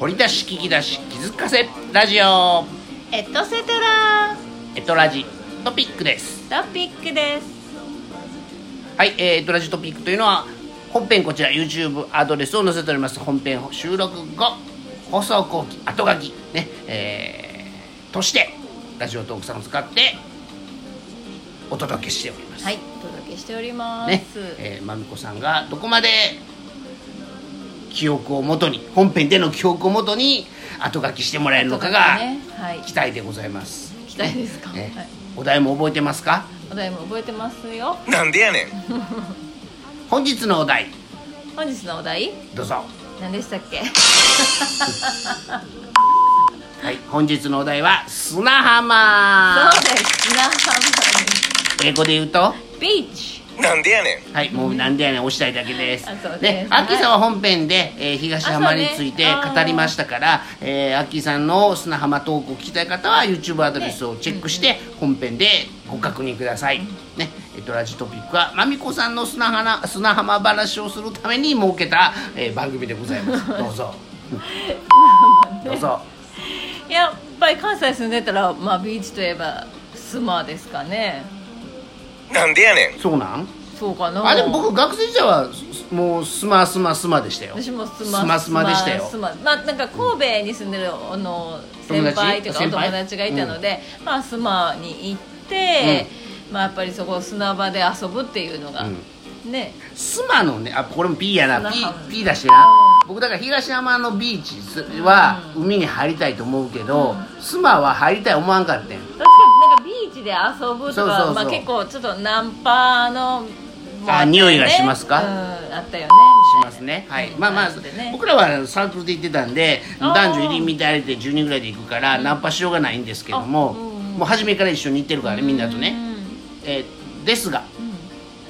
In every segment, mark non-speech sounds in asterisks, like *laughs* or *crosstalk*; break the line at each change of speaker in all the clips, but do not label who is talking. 掘り出し聞き出し気づかせラジオ
エトセトラ
エトラジトピックです
トピックです
はい、えー、エトラジトピックというのは本編こちら YouTube アドレスを載せております本編収録後放送後期後書きねえー、としてラジオトークさんを使ってお届けしております
はいお届けしております、
ねえー、まみこさんがどこまで記憶をもとに本編での記憶をもとに後書きしてもらえるのかが
ねはい
期待でございます、
期待ですか、
ね
はい、
お題も覚えてますか
お題も覚えてますよ
なんでやねん
本日のお題
本日のお題
どうぞ
何でしたっけ
はい本日のお題は砂浜
そうです砂浜
英語で言うと
にビーチ
なんでやねん
はいもうなんでやねん押したいだけです
あそうです
ね
はい
アッキーさんは本編で、えー東浜について
あそうね
語りましたから、えー、アッキーさんの砂浜トークを聞きたい方は YouTube アドレスをチェックして、本編でご確認ください、ねえっとラジトピックはまみこさんの砂浜砂浜話をするために設けた、えー番組でござい
*laughs*
ますどうぞどうぞ
やっぱり関西住んでたら、まあ、ビーチといえばスマですかね
なんでやねん
そうなん
そうかな
あでも僕学生時代はすもうスマスマスマでしたよ
私もスマ
スマスマでしたよ
スマまあなんか神戸に住んでるあの先
友達
輩というかお
先
友
輩
達がいたので、まあスマに行って、まあやっぱりそこ砂場で遊ぶっていうのが、ね
スマのねあこれも P やな
砂
P,
浜
P だしな僕だから東山のビーチは海に入りたいと思うけど、スマは入りたい思わんかってん
確かになんかビーチで遊ぶとか
そうそうそう
まあ、結構ちょっとナンパのもった
あ
よね
匂いがしますか
うん、あったよね
しますねはいまあまあ
そうですね
僕らはサークルで行ってたんで
あー
男女入りみたいで10人ぐらいで行くからナンパしようがないんですけども
あうん
もう初めから一緒に行ってるからねみんなとね、えーですが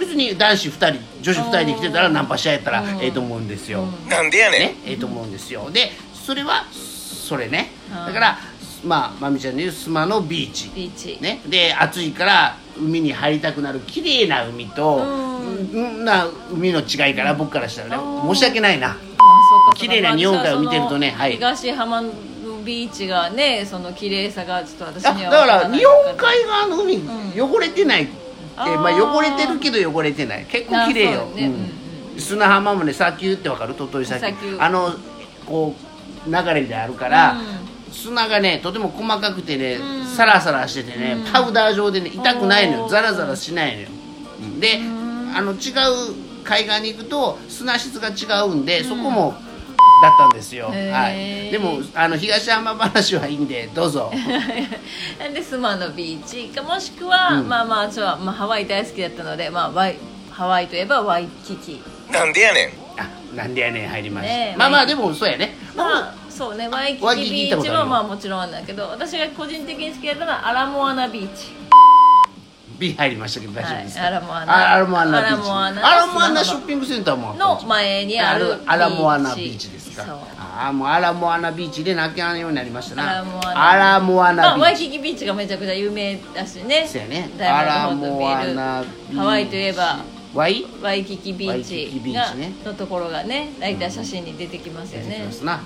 別に男子2人女子2人で来てたらナンパし合えたらええと思うんですよ、
なんでやねん
ねええと思うんですよでそれはそれね
うん
だからまあまみちゃんでいうスマのビーチ
ビーチ、
ねで暑いから海に入りたくなる綺麗な海とうんな海の違いから僕からしたらね申し訳ないな
まあそうか
綺麗な日本海を見てるとね
私
はい
東浜のビーチがねその綺麗さがちょっと私
あ
に
だか
は
ら
分
日
らな
本海側の海汚れてない、
あー
えーまあ、汚れてるけど汚れてない結構綺麗
あ
よ
そうね
うん
うん
砂浜もね砂丘ってわかる鳥取砂丘
砂丘
あのこう流れであるから、
う
砂がねとても細かくてね、サラサラしててね、パウダー状でね痛くないの
お
よ
ー
ザラザラしないのようんで、あの違う海岸に行くと砂質が違うんで、そこもだったんですよ、
へー
はい、でもあの東山話はいいんでどうぞ
なん *laughs* でスマのビーチかもしくは、まあまあ私は、まあ、ハワイ大好きだったので、まあ、ワイハワイといえばワイキキ
なんでやねん
あなんでやねん入りました、
ねえ
まあま
は
あ
い
でもそうやね
まあそうねワイキ
ワイキ
キ
キ
ビ
行った
ー
こ
チ
とある
は
よ
まあもちろんだけど私が個人的に好きだったのはアラモアナビーチ
B 入りましたけど大丈夫ですか、
はいアラモアナ
あアラモアナビーチ
アラモアナ
アラモアナショッピングセンターもあったん
の
じゃん
前にある
アラモアナビーチですか
そう
ああもうアラモアナビーチで泣きあんようになりましたな
アラモアナ
アラモアナ
まあ、
ビ
ワ
ー
イ
チ
キキビーチがめちゃくちゃ有名だしね
そうやね
ダイヤモンドホール
アラモアナ
ド
ビー
ビー
チ
ルハワイといえば
ワイ
ワイキキビー
ワイキキ
チ
ビ
が
ーチね
のところがね大体写真に出てきますよ
出てき
ね
ますな、はい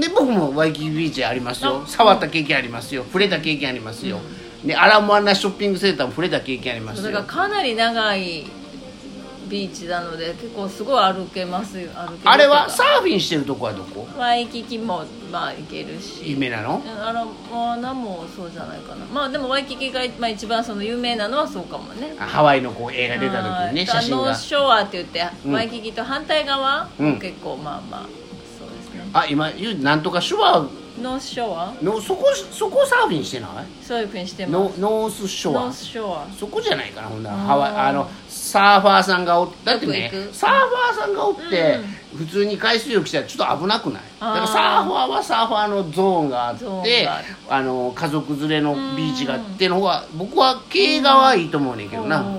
で僕もワイキキビーチありますよ触った経験ありますよ触れた経験ありますよ、でアラモアナショッピングセンターも触れた経験ありま
そ
す
れが
よ
かなり長いビーチなので結構すごい歩けますよ歩けるとか
あれはサーフィンしてるとこはどこ
ワイキキもまあ行けるし
夢なの
うんあらまあ何もそうじゃないかなまあでもワイキキが、まあ、一番その有名なのはそうかもね
あハワイのこう映画出た時に
あ
ね
ー
写真
あの
が
ショアって言って、
うん
ワイキキと反対側、
うん
結構まあまあそうですね
あ今言うなんとかシュワ
ノースショア
のそこそこサーフィンしてない
そういうふうにしてま
ノ
す
ノースショ
ノ
ア
ースショア
そこじゃないかなほんならハワイあのサーファーさんがおだってね
よく行く
サーファーさんがおって、普通に海水浴したらちょっと危なくないだ
あー
からサーファーはサーファーのゾーンがあって
ゾーンがある
あの家族連れのビーチがあっての方が僕は経営側はいいと思うねんけどな
うん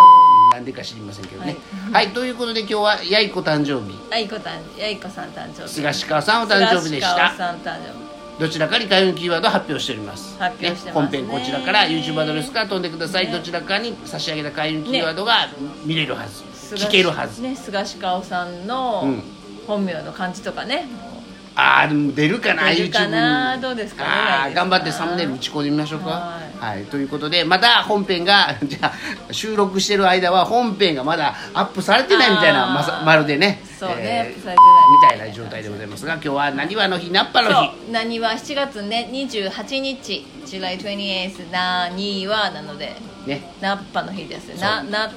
なんでか知りませんけどねはい、ということで今日はやいこ誕生日
あいこたんやいこさん誕生日
菅鹿さんお誕生日でし
菅鹿
た
さん誕生
どちらかに開運キーワードを発表しております
発表してますね
本編こちらから YouTube アドレスから飛んでください、どちらかに差し上げた開運キーワードが見れるはず、
日
聞けるはず、
ね菅氏かおさんの
うん
本名の漢字とかねもう
あーでも出るかな
出るかな
YouTube に
どうですかね
あ
来
ー
月
頑張ってサムネイル打ち込んでみましょうかは、
はい
ということでまた本編が *laughs* じゃあ収録してる間は本編がまだアップされてないみたいな
あー
まさまるでね
そうね
えー
アップされてない
みたいな状態でございますが今日はなにわの日ナッパの日
そう何は7月ね28日 July 28th 何はなので
ね
ナッパの日ですな夏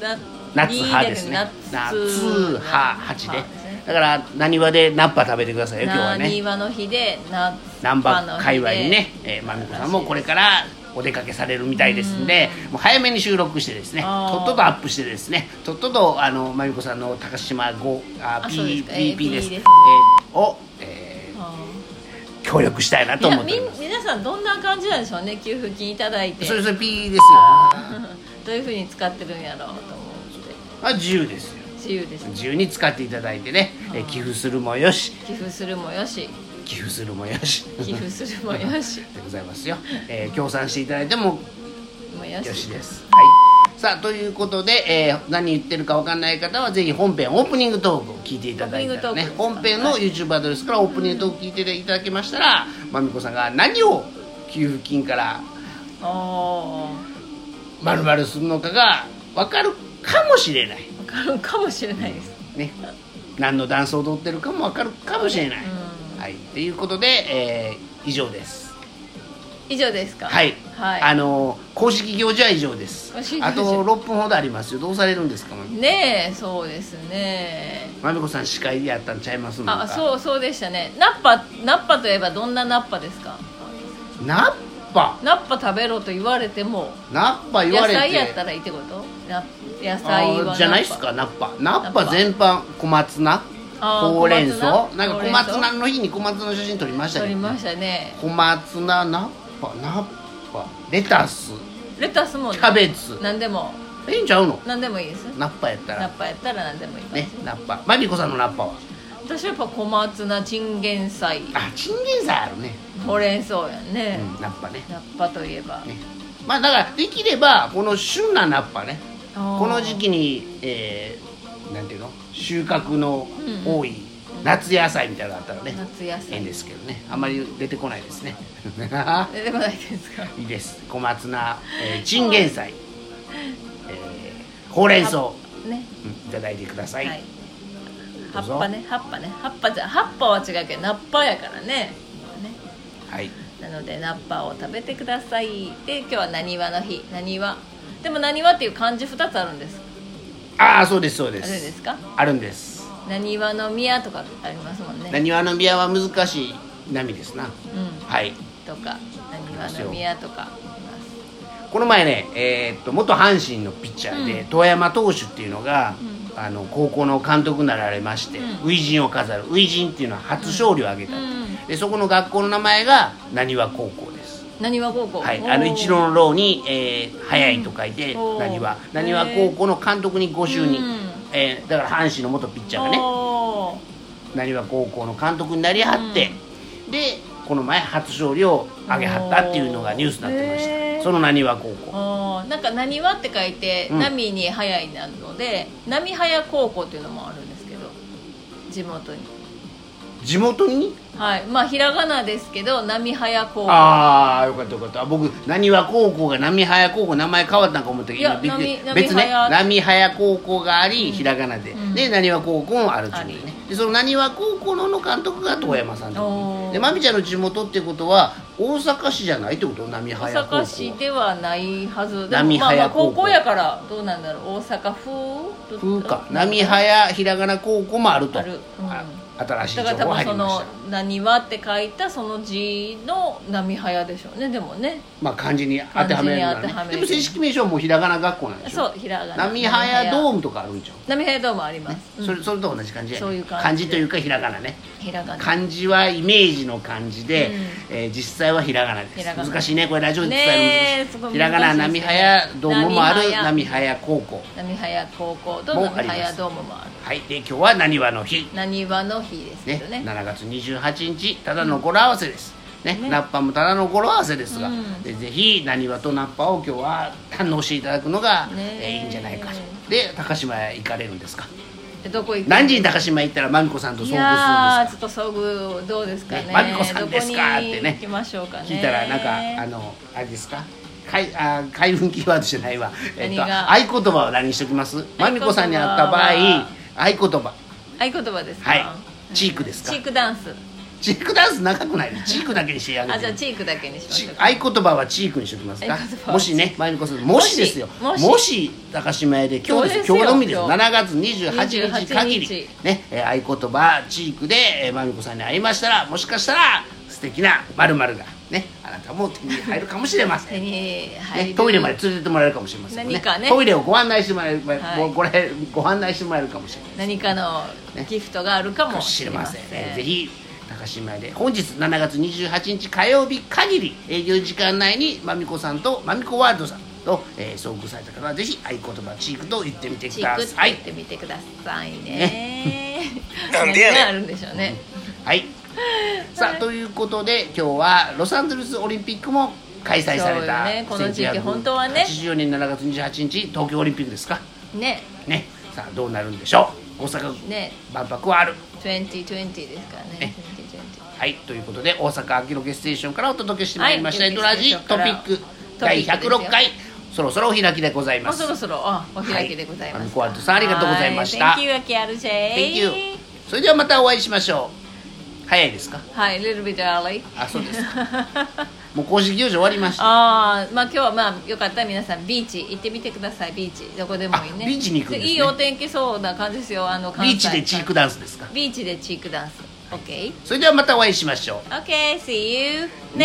な
夏派ですね夏
夏
派八で
派ですね
だからなにわでナッパ食べてくださいよ今日は
なに
ね
わの日で夏
難
波
波
の日で
界隈にね、えー、まみこさんもこれからお出かけされるみたいですんで、もう早めに収録してですね
あー
とっととアップしてですねとっととあのまみこさんの高島5あ
あそうです
P
か
PP です
PP です
えーを、え
あー
ー協力したいなと
い
思
や
っ
み
ております
皆さんどんな感じなんでしょうね給付金いただいて
それ
*laughs* ど
それ P ですよ
ういうふうに使ってるんやろうと思って
あ自由ですよ
自由ですね
自由に使っていただいてね、えー寄付するもよし
寄付するも
*laughs*
よし
寄付するもよし
寄付するもよし
でございますよ、えー協賛していただいても
もよし
よしです。はい。さあということで、えー何言ってるかわかんない方はぜひ本編オープニングトークを聞いていただいたらね
オープニングト
本
ークですか
編の YouTube アドレスからオープニングトーク聞いていただけましたらまみこさんが何を給付金から
あ
まるまるするのかがわかるかもしれない
あ分かるかもしれないです
ね何のダンスを踊ってるかもわかるかもしれない。
う
はいということで、えー以上です。
以上ですか
はい、
はい
あの公式行事は以上です
公式行事
あと6分ほどありますよどうされるんですかまみ
ねえそうですね
まみこさん司会やったんちゃいますのか
あそうそうでしたねナッパナッパといえばどんなナッパですか
ナッパ
ナッパ食べろと言われても
ナッパ言
野
われて
菜やったらいいってことな野菜はナッ
あ
パ
じゃないですかナッパナッ
ナッ
パ
パ
全般小松菜
あー
ほうれん草
小松
な
菜
んか小松菜の日に小松菜の写真撮りました
取
け
り
ど
ましたね
小松菜ナッパナッパレタス
レタスも
キャベツ
何でも
えいいんちゃうの
何でもいいです
ナッパやった
ナ
ら
ッパやったら何でもいいかもしれ
ね
ない
ナッパまみこさんのナッパは
私はやっぱ小松菜チンゲン菜
あチンゲン菜あるね
ほうれん草やね、
うんナッパね
ナッパといえば、
ねまあだからできればこの旬なナッパね
あー
この時期に、えーなんていうの収穫の多い夏野菜みたいなのがあったらね、
夏野
いいんで
菜
すけどねあんまり出てこないですね *laughs*
出てこないですか
いいです小松菜、えーチンゲン菜、えーほうれん草、
ね
うんいただいてください、
はい
ど
葉
うぞ
っぱね葉っぱね葉っぱじゃ葉っぱは違うけどナッパやからねね
はい
なのでナッパを食べてくださいで今日はなにわの日なにわでもなにわっていう漢字2つあるんです
ああそうですそうで
あ
す
るんですか
あるんです
なにわの宮とかありますもんね
なにわのビアは難しい波ですな
うん
はい
とかなにわの宮とかいます
この前ね、えーっと元阪神のピッチャーで、遠山投手っていうのが、あの高校の監督になられまして、
うん
初陣を飾る初陣っていうのは初勝利を挙げた、
うん
でそこの学校の名前がなにわ高校です、
なにわ高校
はい、あの一郎の郎に、えー早いと書いて
おー
なにわ
へー
なにわ高校の監督にご就任、
うん
えーだから阪神の元ピッチ
ち
ャーがねなにわ高校の監督になりはって、でこの前初勝利を挙げはったっていうのがニュースになってまし
おーへ
た
ー
そのなにわ高校
あーなんか「なにわ」って書いて「
うん
波に早い」なので「波早高校」っていうのもあるんですけど地元に
地元に
はいまあひらがなですけど「波早高校
ああよかったよかった僕なにわ高校が波早高校名前変わったんか思ったけど
いや
今びっくり
なみ
別ね
なみはや
波早高校があり、ひらがなで、
うん
でなにわ高校もあるっていうねでそのなにわ高校の監督が遠山さんってこと
おー
でまみちゃんの地元ってことは大阪市じゃないってこと波
大
早高校
阪市ではないはずで
波
もまあ
早
まあ
高校
高校やからどうなんだろう大阪風
風か波早ひらがな高校もあると
あるうん
あ新しい情
だから多
報入
分そ
りまし
の
た
「なにわ」って書いたその字の「波早」でしょうねでもね
まあ漢字に当てはめるな
漢字に当て
ら
は
ね
め
で
る
も正式名称はもうひらがな学校なんでしょ
そうひらがな
波早ドー
ム
ムとかあるんちゃう
波早ドームあります、うん
それそれと同じ感じやね
そういう感じで
漢字というかひらがなね
ひらがな
漢字はイメージの漢字で、えー実際はひらがなで
ひ
す
らがな
難しいねこれラジオで伝える
ねえ
の難しい
すごい
ひらがな
難し
波
いですね
早どうももある
波早
波早高校
波早高校と
も
波
あります
早ドームもある
はいで今日はなにわの日
なにわの日ですけ
ね
どね
7月28日ただの語呂合わせです、ね
ね
ナッパもただの語呂合わせですが、
うん
でぜひなにわとナッパを今日は堪能していただくのが、
ね
えー
え
いいんじゃないかとで高島へ行かれるんですか
どこ行く
何時に高島行ったらまみこさんと遭遇するんです
いやーち
か
ょっと遭遇どうですかね
ねマミコさんですか
どこに
ってね
行きましょうかね
聞いたらなんかあのあれですかかいあー開運キーワードじゃないわ、えっと、
何が
合言葉を何にしときますまみこさんに会った場合合言葉
合言葉ですか
はいチークですか
チークダンス
チークダンス長くないチークだけにしてやる
あじゃあチークだけにしましょうか
合言葉はチークにしときますか
合言葉は
もしねまみこさんもしですよも
も
し
し
高島屋で今日です
そうですよ
今日のみです
今日
7月28日限り
28
ね、えー合言葉チークで、えー、まみこさんに会いましたらもしかしたら素敵なまるがねあなたも手に入るかもしれません
手に入
ね、
る
トイレまで連れてってもらえるかもしれませんね
何かね
トイレをご案内してもらえる、
はい
ごごれご案内してもらえるかもしれない
何かのギフトがあるか
かも
も
し
し
れ
れ
ま
ま
せ
せ
ん
ん
ぜひ高島屋で本日7月28日火曜日限り営業時間内にまみこさんとまみこワールドさんと、えー遭遇された方はぜひ合言葉チークと言ってみてく
チー
だ
クって
さい
言ってみてくださいね
なんでやねん
何があるんでしょうね
はいさあということで今日はロサンゼルスオリンピックも開催された、
そうよねこの時期本当はね
84年7月28日東京オリンピックですか
ね
ねさあどうなるんでしょう大阪、
ね
万博はある
2020ですからね2020
はい、ということで大阪秋ロケステーションからお届けしてまいりました、
はい
エトラジトピック
トピ
第
ックですよ
106回そろそろお開きでござい
も
ま
う
す
そろそろあお開きでございま
はい
す、
アミコアルトさんありがとうございました
はい Thank you, RJ
Thank you それではまたお会いしましょう早いですか
はい、little bit early
あそうですかもう公式行事終わりました
*laughs* ああまあ今日はまあよかったら皆さんビーチ行ってみてくださいビーチどこでもいいね
あビーチに行くんですね
いいお天気そうな感じですよあの関西
ビーチでチークダンスですか
ビーチでチークダンス OK?
それではまたお会いしましょう
Okay, see you
Next
next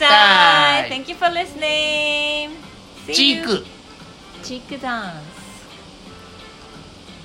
time.
time. Thank you for listening. See
チー
you.
ク
Cheek dance.